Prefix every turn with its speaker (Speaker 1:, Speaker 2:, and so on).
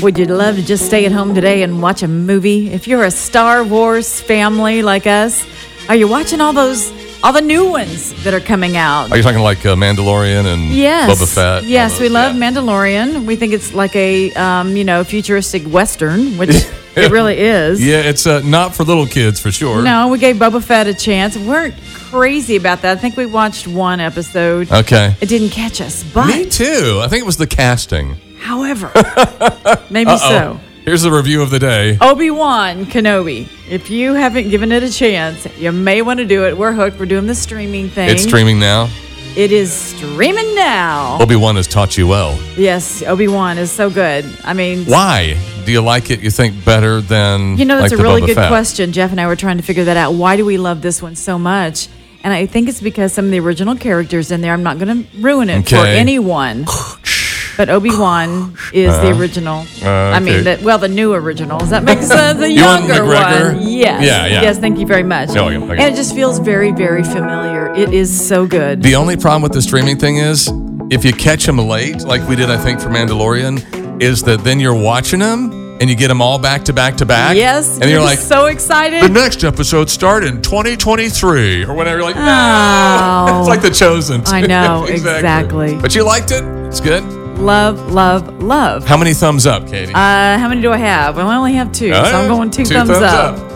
Speaker 1: Would you love to just stay at home today and watch a movie? If you're a Star Wars family like us, are you watching all those all the new ones that are coming out?
Speaker 2: Are you talking like uh, Mandalorian and
Speaker 1: Yes.
Speaker 2: Boba Fett? and all
Speaker 1: Yes,
Speaker 2: those?
Speaker 1: we love
Speaker 2: Yeah.
Speaker 1: Mandalorian. We think it's like a um, you know futuristic western, which it really is.
Speaker 2: Yeah, it's uh, not for little kids for sure.
Speaker 1: No, we gave Boba Fett a chance. We weren't crazy about that. I think we watched one episode.
Speaker 2: Okay.
Speaker 1: It didn't catch us, but
Speaker 2: Me too. I think it was the casting.
Speaker 1: however, maybe so.
Speaker 2: Here's the review of the day.
Speaker 1: Obi Wan Kenobi. If you haven't given it a chance, you may want to do it. We're hooked. We're doing the streaming thing.
Speaker 2: It's streaming now.
Speaker 1: It is streaming now.
Speaker 2: Obi Wan has taught you well.
Speaker 1: Yes, Obi Wan is so good. I mean,
Speaker 2: Why do you like it? You think better than
Speaker 1: You know, that's
Speaker 2: like
Speaker 1: a
Speaker 2: the
Speaker 1: really
Speaker 2: Boba
Speaker 1: good
Speaker 2: Fett?
Speaker 1: question. Jeff and I were trying to figure that out. Why do we love this one so much? And I think it's because some of the original characters in there. I'm not going to ruin it for
Speaker 2: Okay.
Speaker 1: anyone. But Obi Wan is the original. I
Speaker 2: Uh-huh. Uh, okay.
Speaker 1: mean, the, well, the new original. Does that make sense? The
Speaker 2: Ewan
Speaker 1: younger
Speaker 2: McGregor?
Speaker 1: one. Yes.
Speaker 2: Yeah, yeah.
Speaker 1: Yes. Thank you very much.
Speaker 2: Yeah, okay, okay.
Speaker 1: And it just feels very, very familiar. It is so good.
Speaker 2: The only problem with the streaming thing is if you catch them late, like we did, I think, for Mandalorian, is that then you're watching them and you get them all back to back to back.
Speaker 1: yes.
Speaker 2: And you're like,
Speaker 1: so
Speaker 2: the
Speaker 1: excited.
Speaker 2: next episode start in 2023 or whatever. You're like, no.
Speaker 1: Oh.
Speaker 2: it's like the chosen.
Speaker 1: I
Speaker 2: too.
Speaker 1: know, exactly.
Speaker 2: But you liked it. It's good.
Speaker 1: love, love, love.
Speaker 2: How many thumbs up, Katie? Uh,
Speaker 1: Uh, how many do I have? Well, I only have two, so I'm going two, thumbs, up.